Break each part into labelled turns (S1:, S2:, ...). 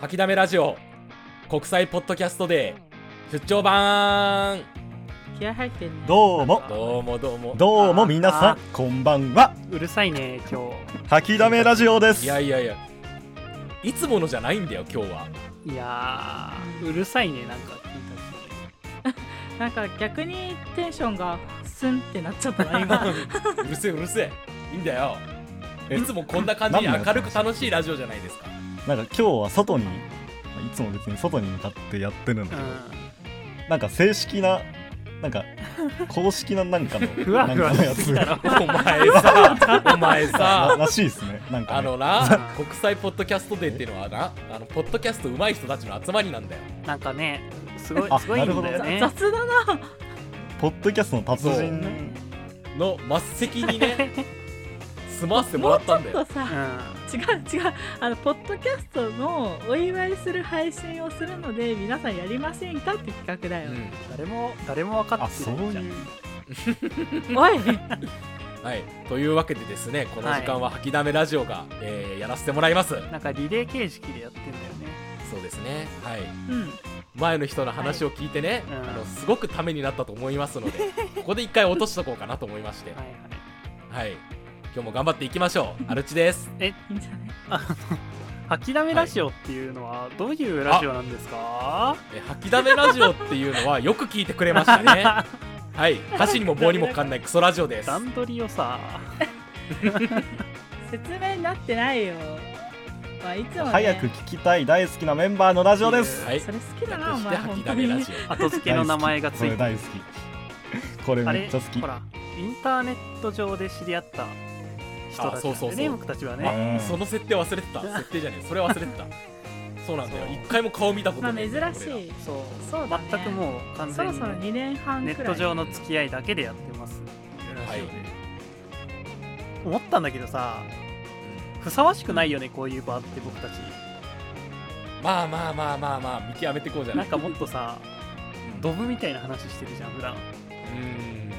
S1: 吐きだめラジオ国際ポッドキャストデー出張版
S2: 気合入ってんね
S3: どうも
S1: どうもどうも
S3: どうも皆さんこんばんは
S2: うるさいね今
S3: 吐きだめラジオです
S1: いやいやいやいつものじゃないんだよ今日は
S2: 日いやーうるさいねなんか聞い
S4: なんか逆にテンションがスンってなっちゃっ たな 今
S1: うるせえうるせえいいんだよ
S3: え
S1: いつもこんな感じに
S3: 何の
S1: 明るく楽しいラジオじゃないですか
S3: なんか今日は外にいつも別に外に向かってやってるんだけ
S2: たし
S3: ど、なんか正式ななんか公式ななんかの
S2: ふわふ
S3: な
S2: わ
S3: んかのやつ
S1: お前さお前
S3: ら
S1: さ
S3: らしいですねなんか、ね、
S1: あのな国際ポッドキャストデーっていうのはなあのポッドキャスト上手い人たちの集まりなんだよ
S2: うんなんかねすごい
S3: あ
S2: すごいんだよね
S4: 雑だな
S3: ポッドキャストの達
S1: そう
S3: 人ね
S1: の末席に ね住まわせてもらったんだ
S4: と
S1: よ
S2: う
S4: さ
S2: ん
S4: 違う違うあのポッドキャストのお祝いする配信をするので皆さんやりませんかって企画だ
S1: う
S4: よ、
S1: ん
S2: 誰も誰も分かってないじゃん
S3: あ
S4: おい
S1: はい、というわけでですね、この時間は吐きだめラジオが、えーやらせてもらいます。
S2: なんかリレー形式でやってんだよね
S1: そうですね、はい、
S4: うん
S1: 前の人の話を聞いてね、
S2: はいうん
S1: あのすごくためになったと思いますので、ここで一回落としとこうかなと思いまして、
S2: は
S1: はい
S2: はい
S1: い、今日も頑張っていきましょう。アルチです。
S4: いいんじゃない
S2: 吐きだめラジオっていうのはどういうラジオなんですか
S1: えー吐きだめラジオっていうのはよく聞いてくれましたね。はい、歌詞にも棒にもかかんないクソラジオです。
S2: 段取りをさ
S4: 説明になってないよ、まあ、いつも、ね、
S3: 早く聞きたい大好きなメンバーのラジオです
S1: はい、
S4: それ好きだな
S1: 略し
S4: お
S1: て
S4: 前
S1: 吐
S4: 本
S1: き
S4: 当
S1: だめラ
S4: に
S1: ジ
S2: 後付けの名前がつ
S3: そ
S2: い
S3: れ
S2: て
S3: 大好きこれ
S2: あ
S3: め
S2: れ
S3: っちゃ好き
S2: ほらインターネット上で知り合った人
S1: あ
S2: たち
S1: そうそう
S2: なんだよ
S1: そう
S2: ね僕たちは
S3: う
S2: ね
S3: ん
S1: オ。その設定忘れてた。設定じゃねえ、それ忘れてた。そうなんだよ、
S2: そう
S1: 一回も顔見たこと
S4: ま
S1: な
S4: あ
S1: い
S4: 珍
S1: んだよ。俺ら
S4: しい
S2: そう
S4: そうだね
S2: 全くもう完
S4: そ
S2: 全
S4: ろ
S2: に
S4: そろ2年半く
S2: ネ
S4: らい
S2: ット上の付き合いだけでやってますラジオ
S1: は
S2: で思ったんだけどさ
S1: うん
S2: ふさわしくないよねこういう場って僕たち
S1: まあまあまあまあまあ見極めてこうじゃな
S2: ないんかもっとさドブみたいな話してるじゃん普段
S1: うん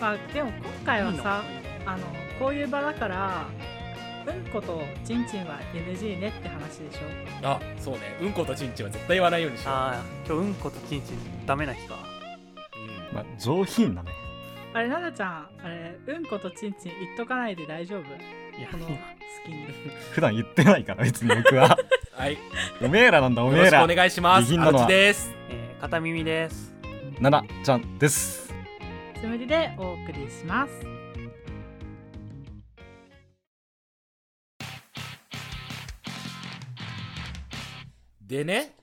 S4: まあ、でも今回はい
S2: いの
S4: さあのこういう場だからうんことちんちんは NG ねって話でしょ
S1: あそうねうんことちんちんは絶対言わないようにしよ
S2: ああ今日うんことちんちんダメな日か
S1: う、うん
S3: まあ、上品だね
S4: あれ奈々ちゃんあれうんことちんちん言っとかないで大丈夫
S2: いや
S4: この好きに
S3: 普段言ってないから別に僕は
S1: はいよ
S3: おめえらなんだおめ
S1: ろ
S3: え
S1: しく
S3: ら
S1: お願いしま
S3: 美
S1: す
S3: 人
S1: ア
S3: なの
S1: ル
S3: は
S1: チです
S2: えー片耳です
S3: ななちゃんです
S4: つむりでお送りします
S1: でね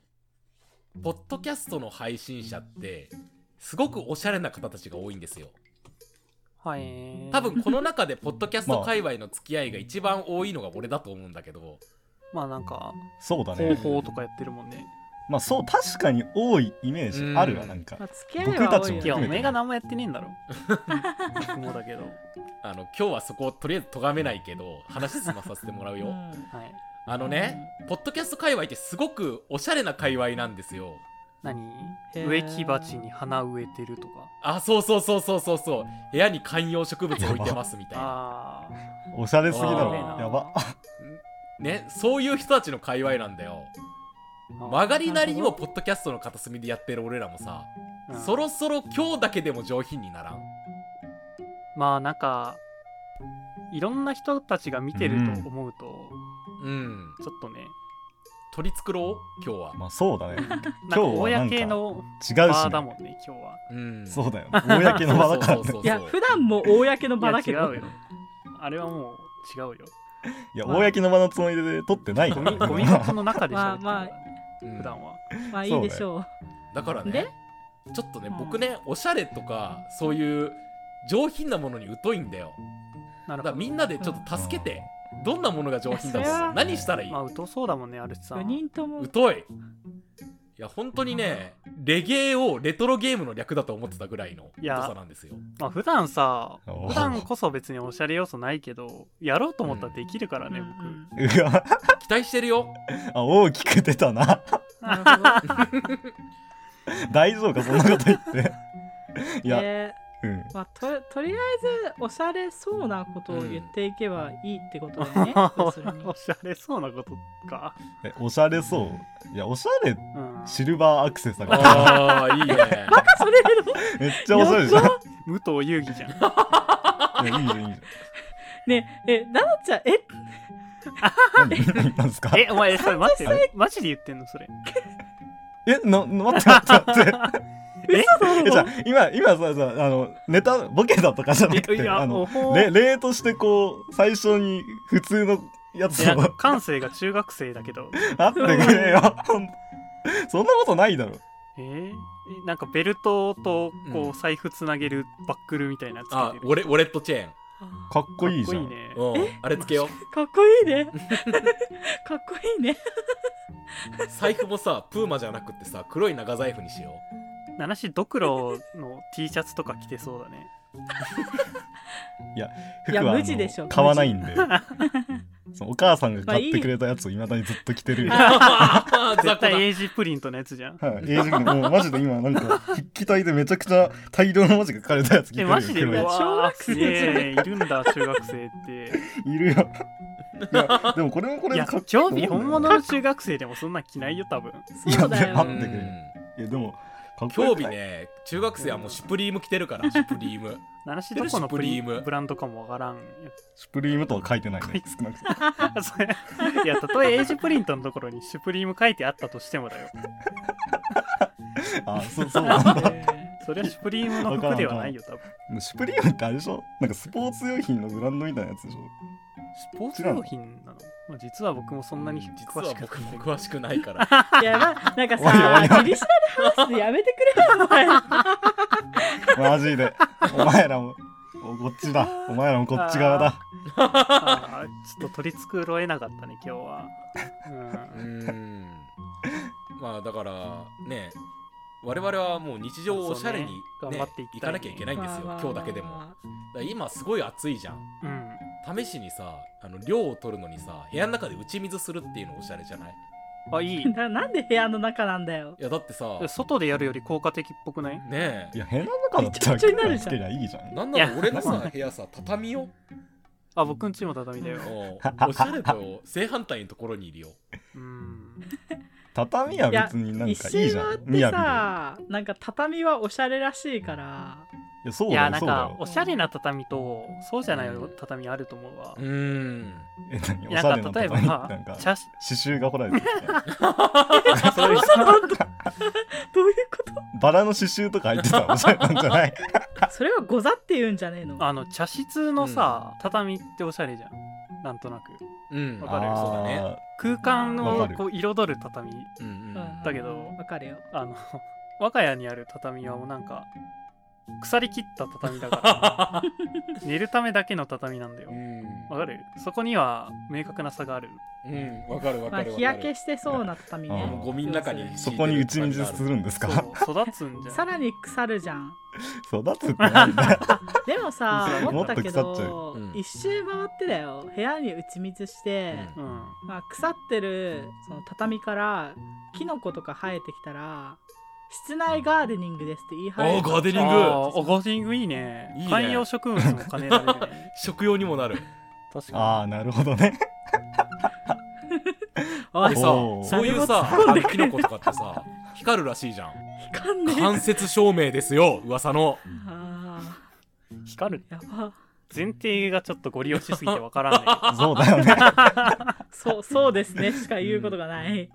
S1: ポッドキャストの配信者ってすごくおしゃれな方たちが多いんですよ
S2: はい
S1: 多分この中でポッドキャスト界隈の付き合いが一番多いのが俺だと思うんだけど
S2: まあなんか
S3: そうだ
S2: 方
S3: ね
S2: 法とかやってるもんね
S3: まあそう確かに多いイメージあるわ
S1: うん
S3: なんか
S4: まあ、付き合いは多いよ
S3: 僕
S2: いや
S3: た
S2: お
S3: ち
S4: ね
S3: も
S2: めえが何もやってねえんだろ僕もだけど
S1: あの今日はそこをとりあえず咎めないけど話進まさせてもらう
S4: う
S1: よ
S4: ん
S2: はい
S1: あのねポッドキャスト界隈ってすごくおしゃれな界隈なんですよ
S2: 何
S4: へー
S2: 植木鉢に花植えてるとか
S1: あ、そうそうそうそうそうそう。部屋に観葉植物置いてますみたいな。
S2: ああ
S3: おしゃれすぎだろ
S2: あー
S3: やば
S1: ね、そういう人たちの界隈なんだよ。曲がりなりにもポッドキャストの片隅でやってる俺らもさ、そろそろ今日だけでも上品にならん。
S2: まあなんかいろんな人たちが見てると思うと、
S1: うん。
S2: ちょっとね
S1: 取り繕おう今日は。
S3: まあそうだね
S2: なんか
S3: 今日はなんか
S2: 公の
S3: 違うし
S2: 場だ
S3: ね
S2: もんね今日は
S1: うん。
S3: そうだよ公の場だから
S1: そうそうそうそう
S3: ね
S4: いや普段も公の場だけ
S2: いや
S4: ど
S2: 違うよあれはもう 違うよ
S3: いや公の場のつもりで撮ってないか
S2: ゴ
S3: ら
S2: ミゴミ箱の中でしょ、
S4: まあまあ
S1: うん
S2: 普段は
S4: まあいいでしょう
S1: だから
S4: で
S1: ね、ちょっとね
S4: う、ん
S1: 僕ね、おしゃれとか、そういう上品なものに疎いんだよ。
S2: な
S1: だか
S2: るほ
S1: ら
S2: ど
S1: みんなでちょっと助けて、どんなものが上品だ
S4: いやそれ
S1: ろ
S4: は
S1: う何したらいい
S2: まあ疎そうだもんねアルチさん
S4: 4人とも
S1: 疎いいや本当にねレゲエをレトロゲームの略だと思ってたぐらいの
S2: いや
S1: 良さなんですよ
S2: まあ普段さ
S3: おー
S2: 普段こそ別におしゃれ要素ないけどやろうと思ったらできるからね、
S4: うん
S2: 僕
S4: うん
S3: うわ
S1: 期待してる よ
S3: あ大きく出たな
S4: なるほど
S3: 大丈夫かそんなこと言っていや
S4: え
S3: うん
S4: まあ、ととりあえずおしゃれそうなことを言っていけばいいってことだよ ね、要するに
S2: おしゃれそうなことか。
S3: えおしゃれそういやおしゃれ
S2: うん。
S3: シルバーアクセサリー
S1: ああいいね
S4: バカそれでも
S3: めっちゃおしゃれじゃん
S2: 武藤遊戯じゃん。
S3: いやいいじゃんいいじ
S4: ねえななちゃんえ
S3: ゃん何何なんですか
S2: え、お前、それ 待って、マジで言ってんのそれ。
S3: えな待って待って待って
S2: え
S3: えじゃあ今今ささあのネタボケだとかじゃなく
S2: い
S3: て
S2: や、
S3: あ
S2: お
S3: の
S2: ほ
S3: 例
S2: ー
S3: 例としてこう最初に普通のやつ
S2: えなん
S3: を
S2: か感性が中学生だけど。
S3: あってくれよほんそんなことないだろ
S2: えーえなんかベルトと
S1: う
S2: こ
S1: ん
S2: う財布つなげるバックルみたいなやつ
S1: あ
S2: けて
S1: ウォレ
S2: る。
S1: ウォレットチェーン
S3: かっこいいじゃ
S2: かっ
S3: ん
S2: こいいね。
S1: うんあれつけよう
S4: かっこいいね かっこいいね
S1: 財布もさプーマじゃなくってさ黒い長財布にしよ う
S2: ナナシドクロの T シャツとか着てそうだね。
S4: いや
S3: 服はあの
S4: 無地でしょ
S3: 買わないんで そのお母さんが買ってくれたやつをいまだにずっと着てる、はい
S1: 雑
S2: 絶
S1: 魚だ
S2: 対エイジプリントのやつじゃん。
S3: 英字君もうマジで今なんか筆記体でめちゃくちゃ大量の文字が書かれたやつ着て
S2: え、
S3: るよ
S2: マジで
S3: 黒
S2: う
S3: いや
S2: わー
S4: 小学生じゃん
S2: すげえいるんだ、中学生って。
S3: ついるよいやでもこれもこれ
S2: い
S3: で
S2: や
S3: かっこいいと思う
S2: 興
S3: んだ
S2: 味
S3: よ
S2: 本物の中学生でもそんなん着ないよ多分
S4: そうだ
S3: いや
S4: よ
S3: 待ってくれいやでもかっこ
S1: 興
S3: よく
S1: 味
S3: ない
S1: ね中学生はもうシュプリーム着てるからシュプリーム
S2: ナナシどこのプリ
S1: シュプリーム
S2: ブランドかもわからんよ
S3: シュプリームとは書いてないね少なくとも
S2: それいやたとえエイジプリントのところにシュプリーム書いてあったとしてもだよ、
S3: あそうそうなんだ
S2: えーそれはシュプリームの服ではないよ多分
S3: シュプリームってあれでしょなんかスポーツ用品のブランドみたいなやつでしょ
S2: スポーツ用品なの、まあ、実は僕もそんなに
S1: 実
S2: 詳し
S1: は
S2: くな
S1: 僕
S2: い
S1: も
S2: けど
S1: 詳しくないから
S4: いやばいなんか
S3: おいおいお
S4: さ
S3: い
S4: ギリシラで話すのやめてくれよお前
S3: マジでお前らもおこっちだお前らもこっち側だ
S2: あーちょっと取り繕えなかったね今日は、
S1: うーんまあだからね我々はもう日常をおしゃれに、ね
S2: そうね頑張っていき
S1: 行
S2: た
S1: かな
S2: いね
S1: きゃいけないんですよ今日だけでもだから今すごい暑いじゃん
S2: うん、う
S1: 試
S2: ん、
S1: しにさあの量を取るのにさ部屋の中で打ち水するっていうのおしゃれじゃない
S2: あい い
S4: ななんで部屋の中なんだよ
S1: いやだってさ
S2: 外でやるより効果的っぽくない
S1: ね
S3: いや部屋の中だったら
S4: めちゃくちゃになるじゃん
S3: つけりゃいいじゃ
S1: え
S3: ん
S1: なんなら俺の
S2: い
S1: さ
S2: や
S1: 部屋さ畳よ
S2: あ僕んちも畳だよ
S1: おおしゃれと 正反対のところにいるよ
S2: うん
S3: 畳は別になん
S4: 一
S3: かい
S4: 周
S3: いじゃ
S4: 回っ
S3: ん
S4: て
S3: 雅でい
S4: さなんか畳はおしゃれらしいから
S3: やそう
S2: い
S3: だ
S2: や
S3: よ
S2: なん
S3: そうだ
S2: か
S3: よ
S2: おしゃれな畳とそうじゃない
S1: うん
S2: 畳あると思うわ
S1: う、ーん
S3: え何おしゃ
S2: なんか
S3: れな
S2: 例えば
S3: 畳なんか
S2: チャシ
S3: 刺繍が彫られてるみたいな
S2: そういう
S4: どういうこ
S3: バラの刺繍とか入ってたらおしゃれなんじゃない
S4: とそれはござって言うんじゃねえの
S2: あの茶室のさ、畳っておしゃれじゃんなんとなく
S1: うん
S2: わかるよ
S1: そうだね
S3: あ
S2: 空間
S3: わ
S2: を
S3: かる
S2: こう彩る畳
S1: うんうん
S4: うん
S2: だけど
S4: わかるよ
S2: あの 我が家にある畳はもうなんか腐り切った畳だか
S1: う
S2: ら寝るためだけの畳なんだよ
S1: ん
S2: わかるそこには明確な差がある
S1: うんわかるわ
S4: ま
S1: か
S4: あ
S1: るわ
S4: 日
S1: か
S4: 焼
S1: る
S4: けしてそうな畳
S3: う
S4: ね
S3: ん
S1: ゴミの中に
S3: ーそこに打ち水するんです
S2: そ
S3: か
S2: う育つんじゃん
S4: さらに腐るじゃん
S3: 育つってなんだよ
S4: でもさ
S2: うん
S4: 思ったけ
S3: もっと腐
S4: ど
S1: っちゃううん
S4: 一周回ってだよ部屋に打ち水して、
S1: うん
S2: うん
S4: まあ、腐ってるその畳からキノコとか生えてきたら室内ガーデニングですって言い張れ
S1: あーガーデニング
S2: あーおゴーデニングいいね
S1: いいね
S2: 観葉植物も兼ねられるね
S1: 食用にもなる
S2: 確
S3: あ
S2: か
S3: あなるほどね
S4: お
S1: で
S4: い
S1: さ
S3: おー
S1: そういうさ
S4: 誰も突っ込んで
S1: キ
S4: くれ
S1: ノ
S4: な
S1: コ
S4: か
S1: とかってさ光るらしいじゃん
S4: かんね
S1: 間接照明ですよ噂の
S4: あ
S2: に光る
S4: ーやば
S2: 前提がちょっとご利用しすぎてわからない
S3: そうだよね
S4: そうそうですねしか言うことがない、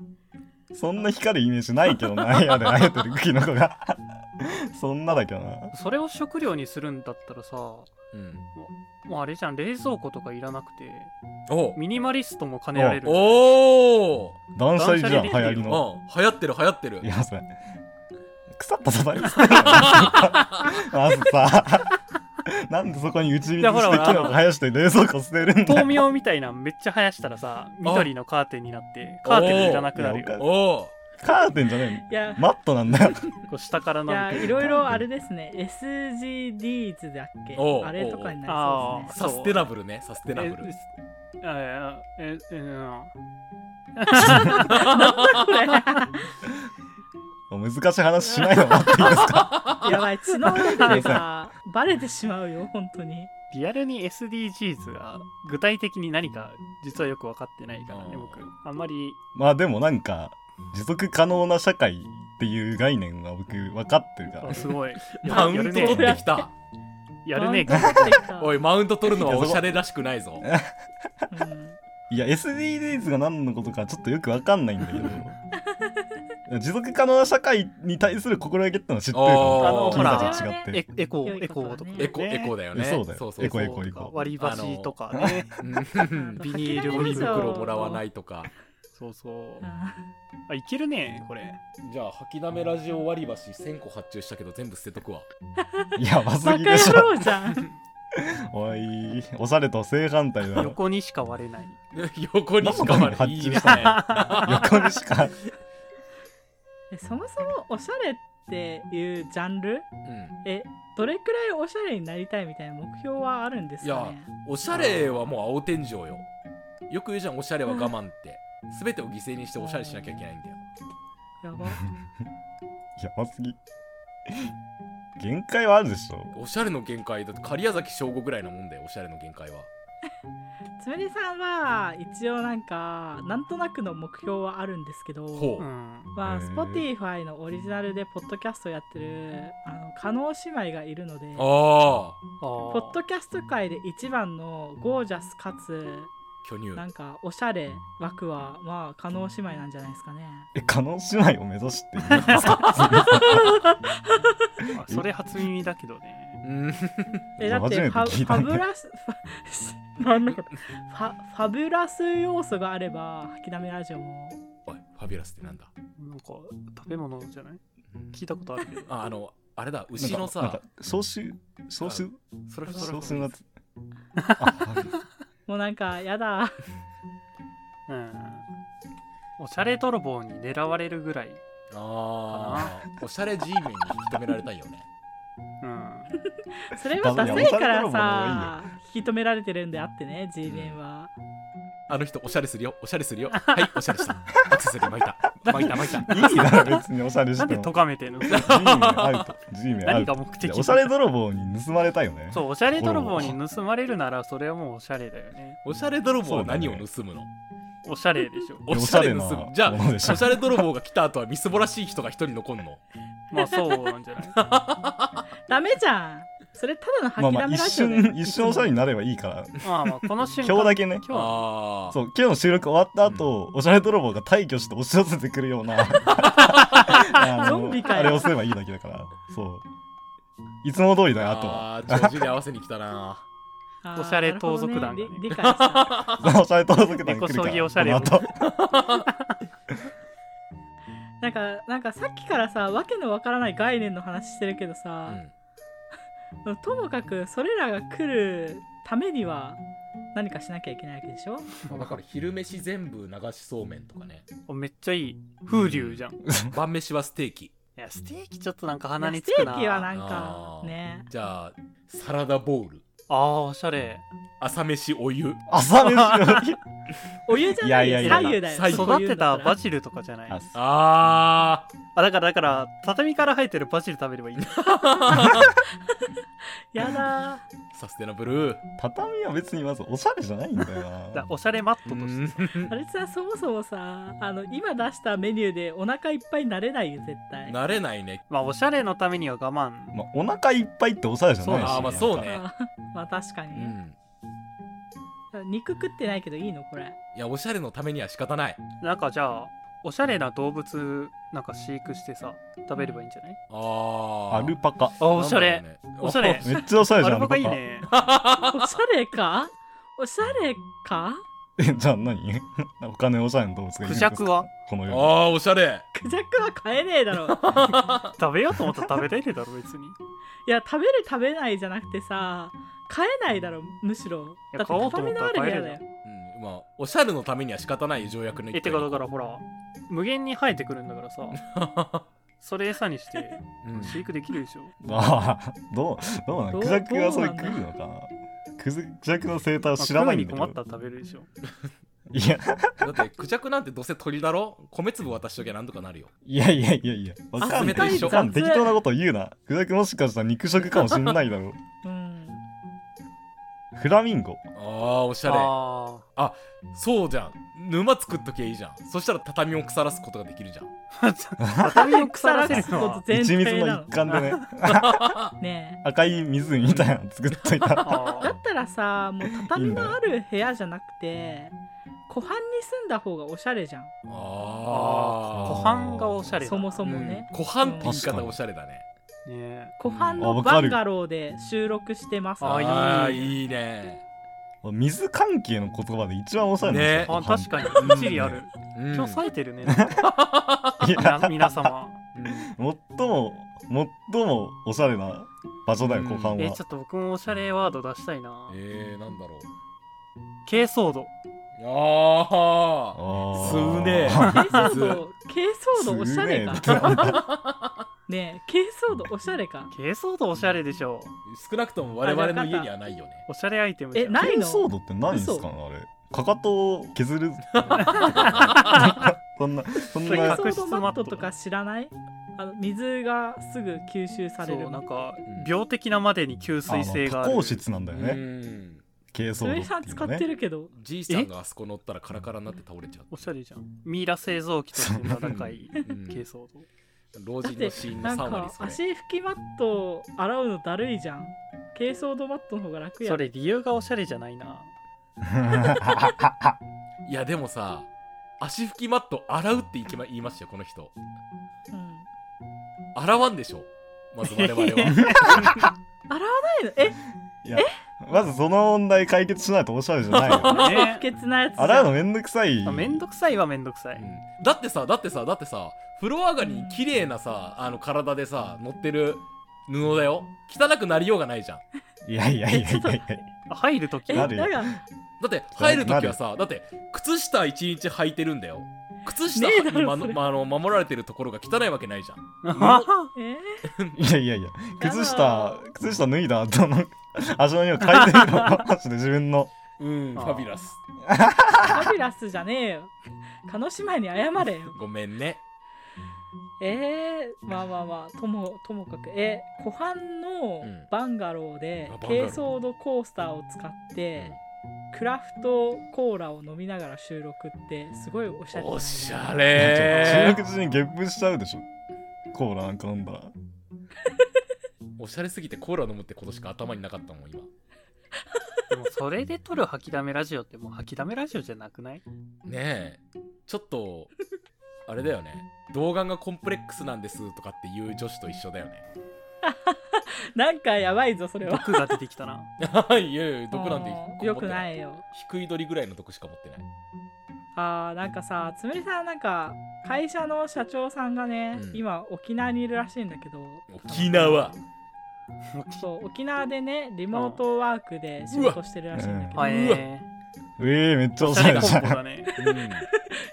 S3: そんな光るイメージないけどな、部屋であえてるキノコが。そんなだけどな。
S2: それを食料にするんだったらさも
S1: うん
S2: うあれじゃん冷蔵庫とかいらなくて
S1: お
S2: ミニマリストも兼ねられる
S1: おお
S3: 断捨離じゃん、流
S2: 断捨離
S3: 行
S2: でき
S3: り
S2: る
S1: うん
S3: の。
S1: 流行ってる流行ってる
S3: いや、それ。腐ったサバリ使うのまずさ、なんでそこに打ち水してキ
S2: やほらほら
S3: ノコ生やして冷蔵庫捨てるんだ
S2: 豆
S3: よ。
S2: 苗みたいなのめっちゃ生やしたらさ緑のカーテンになってカーテンいらなくな
S3: お
S2: る
S3: ーいや
S2: よ
S3: わ
S1: おお
S3: カーテンじゃね
S4: いや
S3: えのマットなんだよ。
S2: こう下から
S4: い
S2: な
S4: や
S2: んか
S4: いろいろあれですね SGDs だっけ
S1: おう
S4: あれとかになり
S2: ああ
S4: そ
S1: サ
S4: う
S1: ステナブルねサステナブル
S2: えあええうん
S4: ですねこ
S3: 難しい話しないの待っていいですか
S4: れやばい血の上でさ
S3: い
S4: バレてしまうよ本当に
S2: リアルに SDGs が具体的に何か実はよく分かってないからね、
S1: うん
S2: 僕。あんまり、
S3: まあでもなんか持続可能な社会っていう概念は僕分かってるから
S2: すごい。
S1: マウント取ってきた。
S2: やるねえ
S4: マウント取
S2: か。
S4: ってきた
S1: おい、マウント取るのはおしゃれらしくないぞ。
S4: うん
S3: いや SDGs が何のことかちょっとよく分かんないんだけど持続可能な社会に対する心がけってのは知ってるから
S1: おー
S2: あの
S3: 君たち
S4: ほ
S3: と
S4: ら
S3: 違って、
S2: エエコ
S4: 良い
S2: ー、エ
S4: こ
S2: コ
S4: とだ
S2: ーと
S4: ね
S2: か。
S1: エコ、エコだよね。
S3: そうだよ
S1: そう
S3: エコ
S1: そう
S3: エコエコ
S2: 割り箸とかね。
S1: うん
S2: ビニール
S1: ゴミ
S2: ゴ
S1: 袋もらわないとか。
S2: そうそう。
S4: あ
S2: あ、いけるね、これ。
S1: じゃあ、吐きだめラジオ割り箸1000個発注したけど全部捨てとくわ。
S3: やばす
S4: バ
S3: ぎでし
S4: カ野
S3: ょ
S4: 郎じゃん
S3: おいおしゃれと正反対だろ
S2: 横にしか割れない。
S1: 横にしか割れいいね。
S3: 横にしか
S4: えそもそもおしゃれっていうジャンルえどれくらいおしゃれになりたいみたいな目標はあるんですかね
S1: うんおしゃれはもう青天井よ。よく言うじゃん、おしゃれは我慢って。すべてを犠牲にしておしゃれしなきゃいけないんだよ。
S4: やば
S3: やばすぎ限界はあるでしょ
S1: おしゃれの限界だと狩矢崎翔吾ぐらいなもんだよ、おしゃれの限界は。
S4: つむりさんは一応なんかなんとなくの目標はあるんですけど
S1: ほ
S2: うん。
S4: ま
S3: へ
S4: あ、
S3: ー
S4: Spotify のオリジナルでポッドキャストやってるあの加納姉妹がいるので
S1: う。ああ、
S2: ポ
S4: ポッドキャスト界で一番のゴージャスかつ
S1: 巨乳。
S4: なんかおしゃれ枠はまあ加納姉妹なんじゃないですかね
S3: え加納姉妹を目指していいんですか
S2: あそれ初耳だけどね。
S1: うん。
S4: えだっ
S3: 初め
S4: て
S3: て
S4: ファ
S3: 聞
S4: フ
S3: いた
S4: ァ
S3: んだ
S4: ブラス ファなんだこれファファブラス要素があれば吐きだめラジオも
S1: おい、ファビュラスってなんだ
S2: なんか、食べ物じゃない聞いたことある けど。
S1: ああの、あれだ、牛の
S3: なんか
S1: さ、
S3: 消臭消臭
S1: それそ
S3: 消
S1: れ
S3: 臭
S1: それ
S3: のやつあはい
S4: もうなんかや だ
S2: うん。おしゃれ泥棒に狙われるぐらい。
S1: ああ、おしゃれ G メンに引き止められたいよね。
S2: うん。
S4: それはダ
S3: いや
S4: セいか
S3: おしゃれ
S4: ら
S3: 泥棒の方
S4: さ引き止められてるんであってね G メンは、
S1: あの人、おしゃれするよ、おしゃれす るよ。はい、おしゃれした。アクセサリー巻いた。巻いた、巻いた。
S3: いいな別におしゃれし
S2: なん
S3: て
S2: で
S3: も
S2: 咎めてんの
S3: G メンアウト G メンア
S2: 何
S3: ウ
S2: が
S3: ト
S2: 目的
S3: おしゃれ泥棒に盗まれたよね
S2: そう、おしゃれ泥棒に盗まれるなら、それはもうおしゃれだよね。
S1: おしゃれ泥棒は何を盗むの、
S2: おしゃれでしょ。
S1: おしゃれ盗
S3: おしゃれ
S1: む
S3: な。
S1: じゃあ、
S3: もの
S1: お
S3: で
S1: し
S3: しょ
S1: ゃれ泥棒が来た後はみすぼらしい人が一人残んの。
S2: まあそうなんじゃない
S4: ダメじゃんそれただの吐
S3: まあ
S4: き
S3: まあ
S4: だめ
S3: 一
S4: ラジオだよ、
S3: 瞬一瞬おしゃ
S4: い
S3: れ
S4: つも
S3: になればいいから
S2: まあまあ、この瞬間。
S3: 今日だけね
S2: 今日は
S1: ああ。
S3: そう今日の収録終わった後、おしゃれ泥棒が退去して押し寄せてくるようなあの
S4: ゾンビかよ
S3: あれをすればいいだけだからそういつも通りだよあとは
S1: ああ、調子に合わせに来たな。
S4: あー
S2: おしゃれ盗賊団がね
S4: なるほど理理解した
S3: おしゃれ盗賊団が来る
S2: 根こそぎおし
S3: から
S2: ゃれを
S3: また
S4: なんかなんかさっきからさわけのわからない概念の話してるけど
S1: う
S4: さ、
S1: ん。
S4: ともかくそれらが来るためには何かしなきゃいけないわけでしょ
S1: だから昼飯全部流しそうめんとかね。
S2: おめっちゃいい。風流じゃん。い
S1: 晩飯はステーキ。
S2: や、ステーキちょっとなんか鼻につ
S4: ス
S2: く
S4: テ
S2: な。
S4: ーキはなん
S1: あ
S4: か
S1: ー
S4: ね
S1: じゃあ、サラダボウル。
S2: ああ、おしゃれ。
S1: 朝飯お湯。
S3: 朝飯より
S4: お湯じゃない
S3: いや
S4: よ
S3: いやいや
S4: 左右だよ
S1: 左右
S4: そう
S2: 育
S4: い
S2: て
S4: うのだ
S2: た
S4: から
S2: バジルとかじゃない
S3: あ
S1: ああ。
S2: あ、だから、だから、畳から生えてるバジル食べればいい んだ。
S4: やだ
S1: サステナブルー。
S3: 畳は別にまずおしゃれじゃないんだよ
S2: だ
S3: な
S2: おしゃれマットとして。
S4: ーあれさそもそもさあの今出したメニューでお腹いっぱいになれないよ絶対
S1: 慣れないね。
S2: まあ、おしゃれのためには我慢。
S3: まあ、お腹いっぱいっておしゃれじゃないし
S1: そうあーまあ
S3: なんか
S1: そうね
S4: あーまあ確か
S1: う
S4: に、
S1: ん。
S4: 肉食ってないけどいいのこれ
S1: いや、おしゃれのためには仕方ない。
S2: なんかじゃあ、おしゃれな動物、なんか飼育してさ、食べればいいんじゃない
S1: ああ。
S3: アルパカ
S2: あ、おしゃ
S1: な
S2: れ。
S1: んだろうね
S2: おしゃれ。
S3: めっちゃおしゃれじ
S2: ア
S3: ゃん
S2: ルパカいいね。
S4: おしゃれかおしゃれか
S3: アルパカえ じゃあ何お金おしゃれの動物がいるんです
S2: クジ
S3: か
S2: ャクは
S3: この世
S1: あ
S3: に
S1: あ、おしゃれ。
S4: クジャクは買えねえだ ろ
S2: 食べようと思ったら食べれるだろ、別に。
S4: いや食べる食べないじゃなくてさ買えないだろむしろ
S2: いや
S4: だって
S2: 買おうと思
S4: 畳
S2: っ
S4: の
S2: た
S4: あ
S2: ら
S4: る部
S2: 買え
S4: 屋
S2: る
S4: だ
S2: じゃ
S4: よ
S2: ん。
S1: うん、まあ、おしゃれのためには仕方ない条約の
S2: え
S1: 一
S2: て
S1: 点
S2: かだからほら無限に生えてくるんだからさそれ餌にして
S1: うん、
S2: 飼育できるでしょ
S3: ああ どうどうな
S4: ど
S3: の
S4: う
S3: クジャクはそれ
S4: どう
S3: 食
S4: なんだ
S3: うのかなクジャクの生態を
S2: まあ
S3: 知らないんだけ
S2: 食う
S3: ど、
S2: に困ったら食べるでしょ
S3: いや、
S1: だってクジャクなんてどうせ鳥だろ米粒渡しときゃなんとかなるよ
S3: いや いやいやいや、わかんな
S1: 集め
S3: い。
S1: て一緒
S3: わかんない適当なこと言うな。グダクもしかしたら肉食かもしんないだろ
S4: うん。
S3: う。 フラミンゴ。
S1: ああおしゃれ
S2: あ
S1: そうじゃん沼作っときゃいいじゃんそしたら畳を腐らすことができるじゃん
S2: あ。畳を腐
S4: 腐
S2: ら
S4: ら
S2: せる
S4: す
S2: の
S4: こ
S2: は
S4: と。全
S3: 一
S4: 体
S3: 蜜の
S4: なの
S3: 一。環でね、
S4: ね
S3: 赤い湖みたいなの作っといた ら。
S4: え。だ
S2: あ
S4: ったらさ、もう畳のある部屋じゃなくて、湖畔に住んだ方がおしゃれじゃん。
S1: あ
S2: あ
S1: あ
S2: ー。湖畔がおしゃれだ。
S4: そもそもね。
S1: うん、湖畔って言い方おしゃれだね
S2: ね
S4: 湖畔
S3: あ
S4: の
S3: わか
S4: バ
S3: る
S4: ンガローで収録してます。
S2: あいいね
S1: ーいいね
S3: 水関係の言葉で一番おしゃれ
S1: ね
S3: で
S1: え
S3: すよ
S2: あ、確かに、一理ある。
S1: うん
S2: 今日冴えてるね。
S3: いや
S2: み皆様。
S1: うん
S3: 最も、最もおしゃれな場所だよ、
S1: うん
S3: 湖畔
S2: え、
S3: は
S2: ち。ょっと僕もおしゃれワード出したいな。
S1: えー、なんだろう
S2: 軽装度。
S1: ああ
S3: あー
S1: 吸うね
S4: 軽装度、軽装度おしゃれ
S3: すげえ
S4: か。
S3: な
S4: ねえ、軽装度おしゃれか。
S2: 軽装度おしゃれでしょ
S1: 少なくとも我々の家にはないよね
S2: う。おしゃれアイテムじゃん
S4: えない
S3: 軽
S4: の
S3: 装度って何ですかねあれかかとを削 るそんなそん
S2: それ
S3: な
S2: か
S4: 軽
S2: く
S4: 装度マットとか知らないあの水がすぐ吸収され
S2: そ
S4: る
S2: うなんか病的なまでに吸水性があ
S3: あの
S2: る
S3: 多孔質なんだ
S1: う
S3: よね
S1: ん
S3: 軽装
S4: す
S3: 度
S4: みさん使って
S3: る
S4: るけど
S1: じいさんがあそこ乗ったらカラカラになって倒れちゃう
S2: おしゃれじゃんミイラ製造機として名高い
S1: うん
S2: 軽装度
S1: 老
S4: だっ
S1: 人
S4: て
S1: の死因の
S4: なん
S1: 3割
S4: か
S1: それ
S4: 足拭きマット洗うのだるいじゃん軽装度マットの方が楽や
S2: それ理由がおしゃれじゃないな
S1: いやでもさ足拭きマット洗うって言いま言いましたよこの人
S4: うん
S1: 洗わんでしょまず我々 は
S4: ないのえ
S3: いやまずその問題解決しないとおしゃれじゃないよ
S4: マジ
S2: ね
S4: 不潔なやつじゃん
S3: 洗うのめんどくさい
S2: あめんどくさいはめんどくさい、
S1: うんだってさだってさだってさ風呂上がりに綺麗なさあの体でさ乗ってる布だよ汚くなりようがないじゃん
S3: いやいやいやいやい
S2: あ入るとき
S4: えだ
S3: な る
S4: か
S3: よ
S4: らね
S1: だって入るときはさだって靴下1日履いてるんだよ靴下
S4: ねえだ
S1: に、
S4: ろ
S1: ま
S4: それ
S1: まあの守られてるところが汚いわけないじゃん
S4: え
S3: やいやいやいや靴
S4: や
S3: 下
S4: だ
S3: 靴下脱いだ後の 足の匂い嗅いでるのマジで自分の
S1: うんフ
S2: あー
S1: ァビュラス
S4: ファビュラスじゃねえよ鹿児島に謝れよ
S1: ごめんね
S4: えー、まあまあまあともともかくえ湖畔の
S1: うん
S4: バンガローで
S1: あバンガロー
S4: 軽装度コースターを使って、クラフトコーラを飲みながら収録ってすごいおしゃれじゃない
S1: おしゃ
S3: 中
S1: れ
S3: 学時にゲップしちゃうでしょコーラなんか飲んだら
S1: おしゃれすぎてコーラ飲むってことしか頭になかったもん今
S2: でもそれで撮る吐きだめラジオってもう吐きだめラジオじゃなくない
S1: ねえちょっとあれだよね童顔がコンプレックスなんですとかっていう女子と一緒だよね
S4: なんかやばいぞそれは
S2: 毒が出てきた な
S1: いやいや毒なんて一個も持って
S4: よくないいよ
S1: 低い鳥ぐらいの毒しか持ってない
S4: あーなんかさつむりさんなんか会社の社長さんがね、
S1: うん
S4: 今沖縄にいるらしいんだけど
S1: 沖縄
S4: そう沖縄でねリモートワークで仕事してるらしいんだけど、
S2: はい、え
S3: えー、めっちゃ
S2: ー、お
S3: お
S2: し
S3: し
S2: ゃ
S3: ゃ
S2: れ
S3: れ
S2: コン
S3: じゃん
S2: ボだね
S1: うん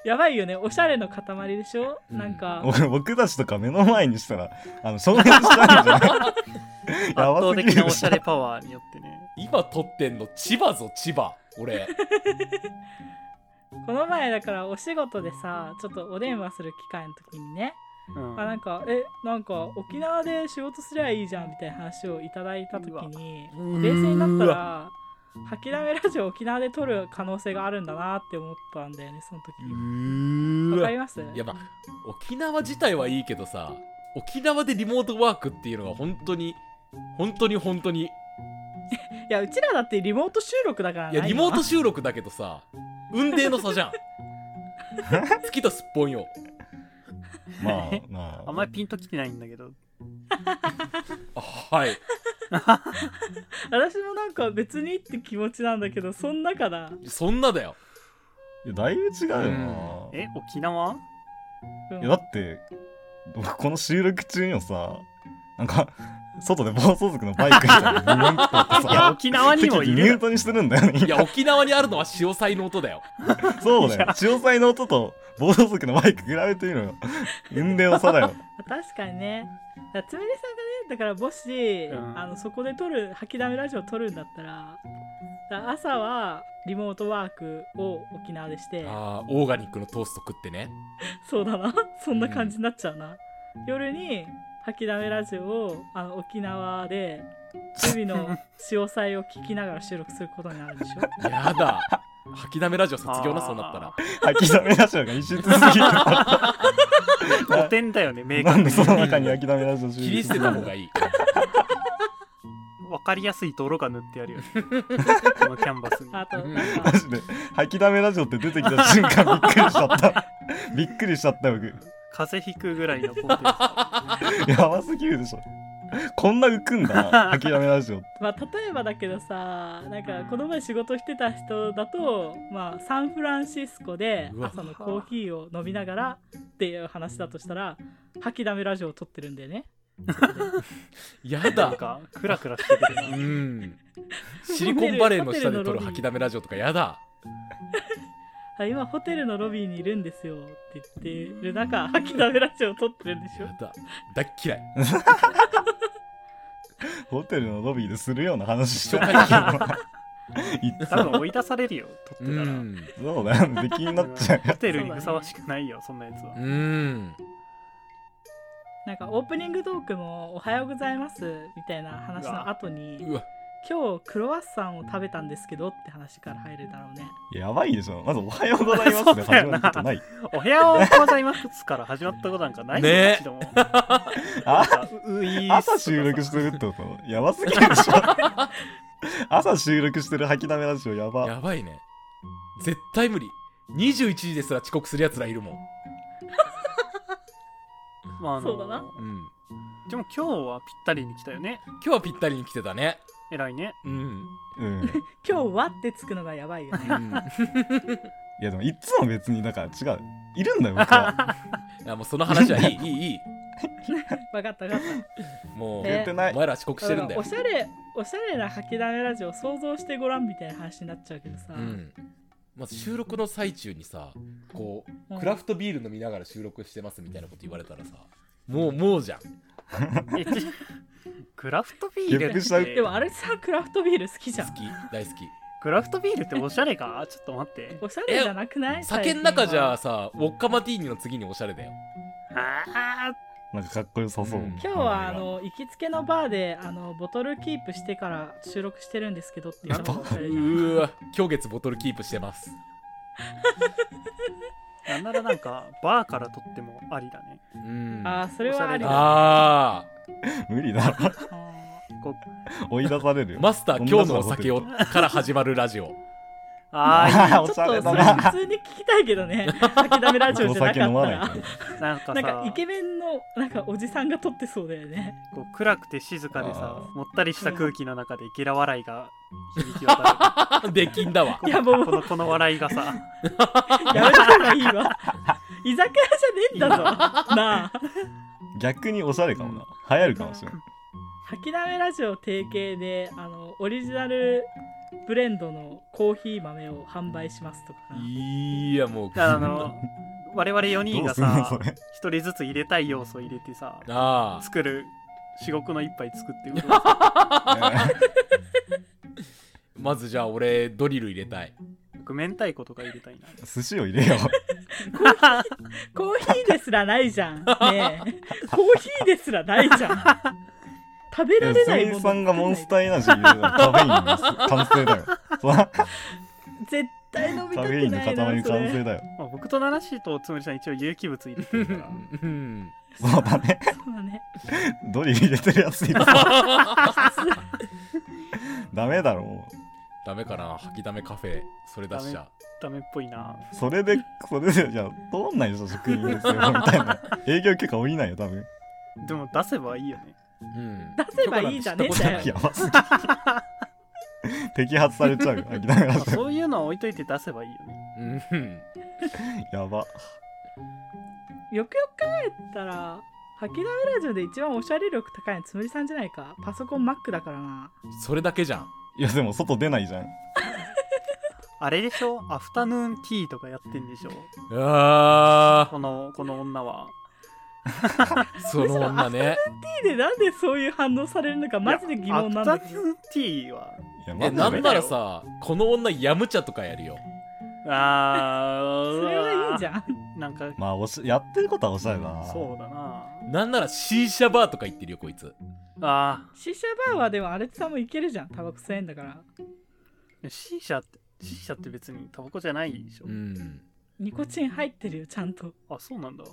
S4: やばいよねおしゃれの塊でしょ、
S1: うん
S4: なんか
S3: 僕僕たちとか目の前にしたらあの証明したいんじゃない
S2: 圧
S3: やば
S2: 倒
S3: すぎる
S2: 的なおしゃれパワーによってね
S1: 今撮ってんの千葉ぞ千葉俺
S4: この前だからお仕事でさちょっとお電話する機会の時にね、
S2: うん
S4: あなんかえなんか沖縄で仕事すりゃいいじゃんみたいな話をいただいた時に冷静になったら「吐きだめラジオ沖縄で撮る可能性があるんだな」って思ったんだよねその時
S1: う
S4: に。
S1: ー
S4: わか
S1: わ
S4: ります
S1: いやまあ沖縄自体はいいけどさ沖縄でリモートワークっていうのは本当に本当に本当に
S4: いやうちらだってリモート収録だからない
S1: やリモート
S4: 収
S1: 収録だけどさ運命の差じゃん月とすっぽんよ
S3: まあま
S2: あんまりピンときてないんだけど
S1: あはい
S4: 私もなんか別にって気持ちなんだけどそん中だ
S1: そんなだよ
S3: いやだいぶ違うよな、い
S2: え沖縄
S4: うん
S3: やだって僕この収録中にもさなんか外で暴走族のバイクみたいなのブンってやって
S2: いや
S3: さ
S2: 沖縄に
S3: 適
S2: も
S3: 宜
S2: い
S3: ミ
S2: る
S3: ュー
S2: よ
S3: トにしてるんだよね
S1: いや沖縄にあるのは潮騒の音だよ
S3: そうだ
S2: いや
S3: よ潮騒の音と暴走族のバイク比べてみろよ運命の差だよ
S4: 確かにねだからつむりさんがねだからもし、
S2: うん
S4: あのそこで撮る吐きだめラジオ撮るんだったらだから朝はリモートワークを沖縄でして
S1: ああオーガニックのトースト食ってね
S4: そうだなそんな感じになっちゃうな、夜に吐きだめラジオをあの沖縄で海の潮騒を聞きながら収録することになるでしょ
S1: やだ吐きだめラジオ卒業なそうなったら
S3: 吐きだめラジオが一瞬すぎる か
S2: 古典だよね、明
S3: らな
S2: 確
S3: んでその
S2: に。
S3: 中に吐きだめラジオ収
S1: 切り
S3: 録
S1: 捨てた方がいい
S2: わかりやすい泥が塗ってやるよ ね。このキャンバスに。
S4: あと
S1: うん
S4: なんか
S3: マジで吐きだめラジオって出てきた瞬間びっくりしちゃったびっくりしちゃった僕
S2: 風邪ひくぐらいのコンテンツ
S3: やばすぎるでしょこんな浮くんだな吐きだめラジオって
S4: まあ、例えばだけどさなんかこの前仕事してた人だと、まあ、サンフランシスコで
S1: うわ
S4: 朝のコーヒーを飲みながらっていう話だとしたら吐きだめラジオを撮ってるんだよね。
S1: や
S2: なん
S1: だ
S2: か、クラクラしてくるな
S1: う。んシリコンバレーの下で撮る吐きだめラジオとかやだ
S4: あ今ホテルのロビーにいるんですよって言ってる中吐きだめラジオを撮ってるんでし
S1: や
S4: ょ
S1: だ大っ嫌い
S3: ホテルのロビーでするような話し
S1: 初
S3: て
S1: 回
S3: ないいつ
S2: 多分追い出されるよ、撮って
S1: う
S2: たら。
S1: ん
S3: そうだよね出禁になっちゃう
S2: ホテルにふさわしくないよ、そんなやつは。
S1: うん
S4: なんかオープニングトークも「おはようございます」みたいな話の後に
S1: うわ
S4: 「今日クロワッサンを食べたんですけど」って話から入るだろうね。
S3: やばいでしょまず「おはようございます」で
S2: そうだ
S3: 始
S2: よ
S3: ま
S2: な
S3: ることない
S2: お部屋をございますから始まったことなんかないよ
S1: ね
S2: 一度も。なんかうういーす
S3: 朝
S2: とかさ
S3: 収録してるってことやばすぎるでしょ朝収録してる吐きだめラジオやば
S1: やばいね絶対無理21時ですら遅刻するやつらいるもん、
S2: まあ、あの
S4: そうだな
S1: うん、
S2: でも今日はぴったりに来たよね。
S1: 今日はぴったりに来てたね
S2: 偉いね。
S1: うん、
S3: うん
S4: 今日はってつくのがやばいよね
S1: う。 ん、
S3: いやでもいつも別にだから違ういるんだよ僕は
S1: いやもうその話はい いいいいい
S4: わかったわかった。
S1: もう、
S4: え
S3: 言ってない
S1: お前ら遅刻してるんだよ
S4: おしゃれおしゃれな吐きだめラジオ想像してごらんみたいな話になっちゃうけどさ、
S1: うんまず収録の最中にさこ
S4: う
S1: うんクラフトビール飲みながら収録してますみたいなこと言われたらさもうもうじゃん
S2: えちクラフトビール
S3: 逆した
S2: って
S4: でもあれさクラフトビール好きじゃ
S1: 好
S4: ん
S1: き大好き
S2: クラフトビールっておしゃれか ちょっと待って。
S4: おしゃれじゃなくない
S1: 酒の中じゃあ
S4: 最
S1: さウォッカマティーニの次におしゃれだよ
S2: あ
S3: なんかかっこよさそう、
S1: うん
S4: 近は今日はあの行きつけのバーであのボトルキープしてから収録してるんですけどっていうのがおしゃ
S1: う
S4: れじゃん
S1: ーわ今日月ボトルキープしてます
S2: ーなんならなんかバーから撮ってもありだね。
S1: うん
S4: あーそれはありだ
S1: あ
S3: 無理だろ
S4: あ
S2: こう
S3: 追い出される
S1: ー
S3: よ
S1: マスター今日のお酒をから始まるラジオ
S2: あーいい
S4: ー
S3: あーおし
S4: ちょ
S3: ゃ
S4: っ
S3: れ
S4: と
S3: だ
S4: それ
S3: な
S4: 普通に聞きたいけど ね吐きだめラジオ
S3: お
S4: じゃなかっ
S3: 酒
S4: た
S3: 飲まない
S4: ら
S3: から
S2: なんかさ
S4: なんかイケメンのなんかおじさんが撮ってそうだよね
S2: こう暗くて静かでさ
S3: あ
S2: もったりした空気の中でゲラ笑いが響き 渡
S1: できんだわ
S2: る
S4: いやもう
S2: このこの笑いがさ
S4: やめた方がいいわ居酒屋じゃねえんだぞなあ
S3: 逆におしゃれかもな流行るかもしれない
S4: 吐きだめラジオ提携であのオリジナルブレンドのコーヒー豆を販売しますとか
S1: いやもう
S2: あの我々4人
S3: ど
S2: が
S3: うすんのそ
S2: さ
S3: れ
S2: 一人ずつ入れたい要素を入れてさ
S1: あ
S2: 作る至極の一杯作ってうわ
S1: ーまずじゃあ俺ドリル入れたい
S2: 僕明太子とか入れ たいな
S3: 寿司を入れよう
S4: コーヒーですらないじゃんねえコーヒーですらないじゃん食べられ
S3: ス
S4: ないも
S3: ミス
S4: の
S3: さんがモンスターエナジー入れたらカフェインの完 成だよそらカ
S4: 絶対飲み
S3: フ
S4: たく
S3: ェインの
S4: な
S3: 塊
S4: いな
S3: 完
S4: それ
S3: 成だよ
S2: まあ僕とナナシーとつむりさん一応有機物入れてるから
S1: うん
S3: そうだね
S4: そうだね
S3: ドリル入れてるやついる ダメだろもう
S1: ダメかな吐きだめカフェそれ出しちゃ
S2: ダメっぽいな
S3: それでそれでじゃあ通んないでしょ職員ですよみたい な営業許可下りないよ多分
S2: でも出せばいいよね
S1: う、うん、
S4: 出せばいいじゃねえんだよ
S3: やばすぎ る摘発されちゃうよ諦めら
S2: まあ
S3: せる
S2: そういうのは置いといて出せばいいよね
S1: うん
S3: やば
S4: よくよく考えたら吐きだめラジオで一番おしゃれ力高いのつむりさんじゃないかパソコン Mac だからな
S1: それだけじゃん
S3: いやでも外出ないじゃん
S2: あれでしょアフタヌーンティーとかやってんでしょ
S1: あ
S2: このこの女は
S1: ーその女ね
S4: でなんでそういう反応されるのかマジで疑問なんだけど
S2: いやアフタヌーンティーは
S3: いや、
S1: え、
S3: マ
S1: な
S3: ジ
S1: ん
S3: で
S1: ならさ、この女ヤムチャとかやるよ。
S2: あー
S4: それはいいじ
S2: ゃ
S4: ゃん。
S2: んなんか
S3: まあおし、やってることはおしゃれだな。
S2: そうだな
S1: なんなら C 社バーとか行ってるよ、こいつ。
S2: あ
S4: シシャバーはでもあれさんもいけるじゃん。タバコ吸えんだから。
S2: ー C 社って C 社って別にタバコじゃないでしょ、
S1: うん。
S4: ニコチン入ってるよ、ちゃんと。
S2: あそうなんだ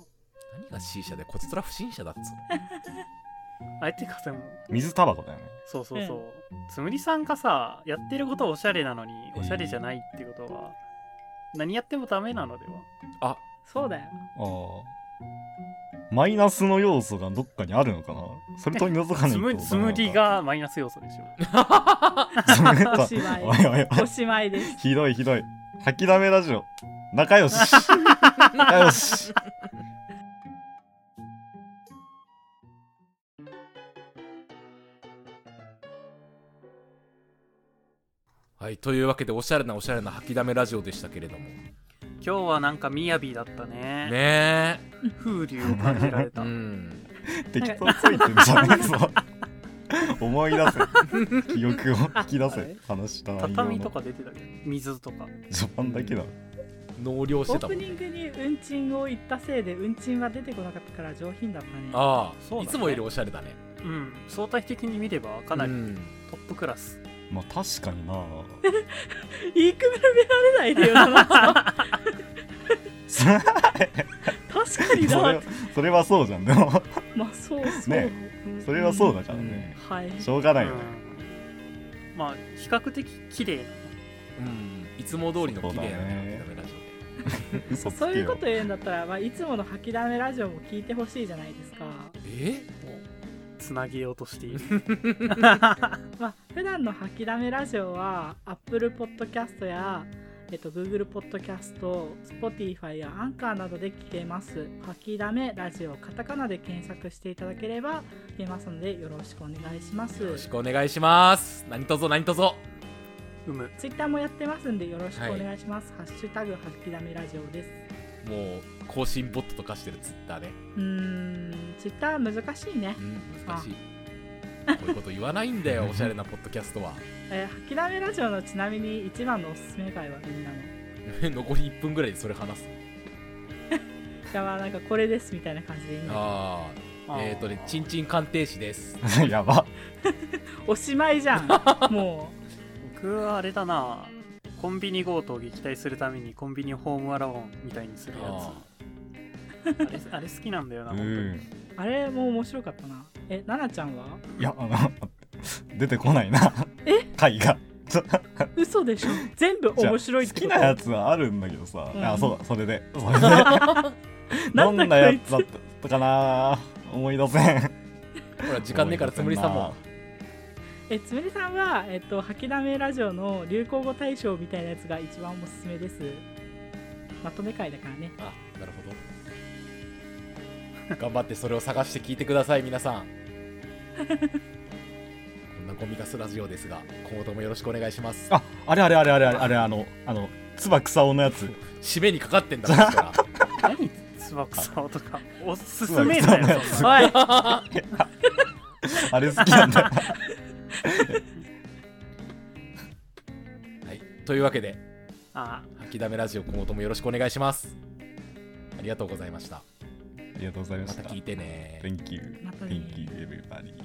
S1: 何が C 社で、こちとら不審者だっつう
S2: あえてかでも
S3: 水タバコだよね。
S2: そうそうそう、つむりさんがさやってることはおしゃれなのにおしゃれじゃないってことは、何やってもダメなのでは
S1: の。あ、
S4: そうだよ。
S3: ああ。マイナスの要素がどっかにあるのかなそれとに覗かない
S2: つ
S3: とダメな
S2: む
S3: のか。
S2: つむりがマイナス要素でしょ
S3: つむりが。
S4: おしまい
S3: おいおいお
S4: お
S3: い。
S4: しまいです。
S3: ひどいひどい。吐きだめラジオ。仲良し。仲良し。
S1: はい、というわけで、おしゃれなおしゃれな吐きだめラジオでしたけれども。
S2: 今日はなんかみやびだったね
S1: ね
S2: 風流を感じられ
S1: え。
S2: た、
S1: うん。
S3: 適当ついてんじゃねえ ぞ。思い出せ。記憶を引き出
S2: あ
S3: せ
S2: れ。
S3: 話した内容
S2: 畳と
S3: の
S2: か出てたけど水とか
S3: 序盤だけだ。
S1: 納涼し
S4: オ
S1: て
S4: ー
S1: た
S4: プ
S1: もん。
S4: ニングにうんちんを言ったせいでうんちんは出てこなかったから上品だったね。
S1: あ
S2: そう
S1: あ、
S2: だ
S1: い
S2: ね
S1: つもよりおしゃれだね。
S2: うん相対的に見ればかな
S1: う
S2: り
S1: ん
S2: トップクラス、
S3: まあ確かにな。
S4: 言いくるめられないで よ、七さん
S3: それ
S4: 確かに
S3: は
S4: な。
S3: それはそうじゃん。でも、
S4: まあそうそう。
S3: ねそれはそうだからね。
S4: はい。
S3: しょうが
S2: う
S3: ないよね。
S2: ん、まあ比較的綺麗な
S1: うん。いつも通りの綺麗なね吐きだめラジオで。
S3: 嘘つ
S4: そう
S3: け
S4: いうこ
S3: よ
S4: と。言うんだったら、まあ、いつもの吐きだめラジオも聞いてほしいじゃないですか。
S1: え
S2: つなげようとしている
S4: まあ、普段の吐きだめラジオは Apple Podcast や、えっと、Google Podcast、Spotify や Anchor などで聞けます。吐きだめラジオ、カタカナで検索していただければ聞けますのでよろしくお願いしま
S1: よろ
S4: す
S1: し。くお願いします。何卒何卒。
S2: うむ
S4: Twitter もやってますんでよろしくお願いします。ハッシュタグ吐きだめラジオです。
S1: もう、更新ボットとかしてるツイッターね。
S4: うーん、Twitter は難しいね
S1: う。ん、難しい。こういうこと言わないんだ よ、おしゃれなポッドキャストは。
S4: えー、吐きだめラジオのちなみに一番のおすすめ回はみんなの。
S1: 残り1分ぐらいでそれ話す。
S4: いやまあなんかこれですみたいな感じでいいね
S1: ああ、えっ、ー、とね、ちんちん鑑定士です。
S3: やば。
S4: おしまいじゃ んも
S2: 僕はあれだなコンビニ強盗を撃退するためにコンビニホームアローンみたいにするや
S1: あ
S2: つあれあれ好きなんだよな
S3: う
S2: 本当に、
S3: ん。
S4: うあれも面白かったなえななちゃん はい
S3: や、あの、待って出てこないな。え回が。ちょ
S4: 嘘でしょ全部面白いっ
S3: 好
S4: て
S3: き
S4: こと
S3: なやつはあるんだけどさ、
S4: うん
S3: あそうだそれで それでどんなやつだったかな思い出せん
S1: ほら、時間ねえからつむりさんも。
S4: えつむりさんはえっと吐きだめラジオの流行語大賞みたいなやつが一番おすすめですまとめ会だからね
S1: あ、なるほど。頑張ってそれを探して聞いてください、皆さん。 こんなゴミガスラジオですが、今後ともよろしくお願いします。
S3: ああれあれあれあれあれあれあのあのつば草尾のやつ
S1: 締めにかかってんだから
S2: 何つばくさおとかおすすめだ
S3: つばくさおのや
S2: よそん
S3: つ
S2: な
S4: おい
S3: あれ好きなんだよ
S1: はい、というわけで、
S2: あ
S1: 吐きだめラジオ今後ともよろしくお願いします。ありがとうございました。
S3: ありがとうございま
S1: ま
S3: した
S1: た聞いてね。
S3: Thank you
S4: またね
S3: Thank you everybody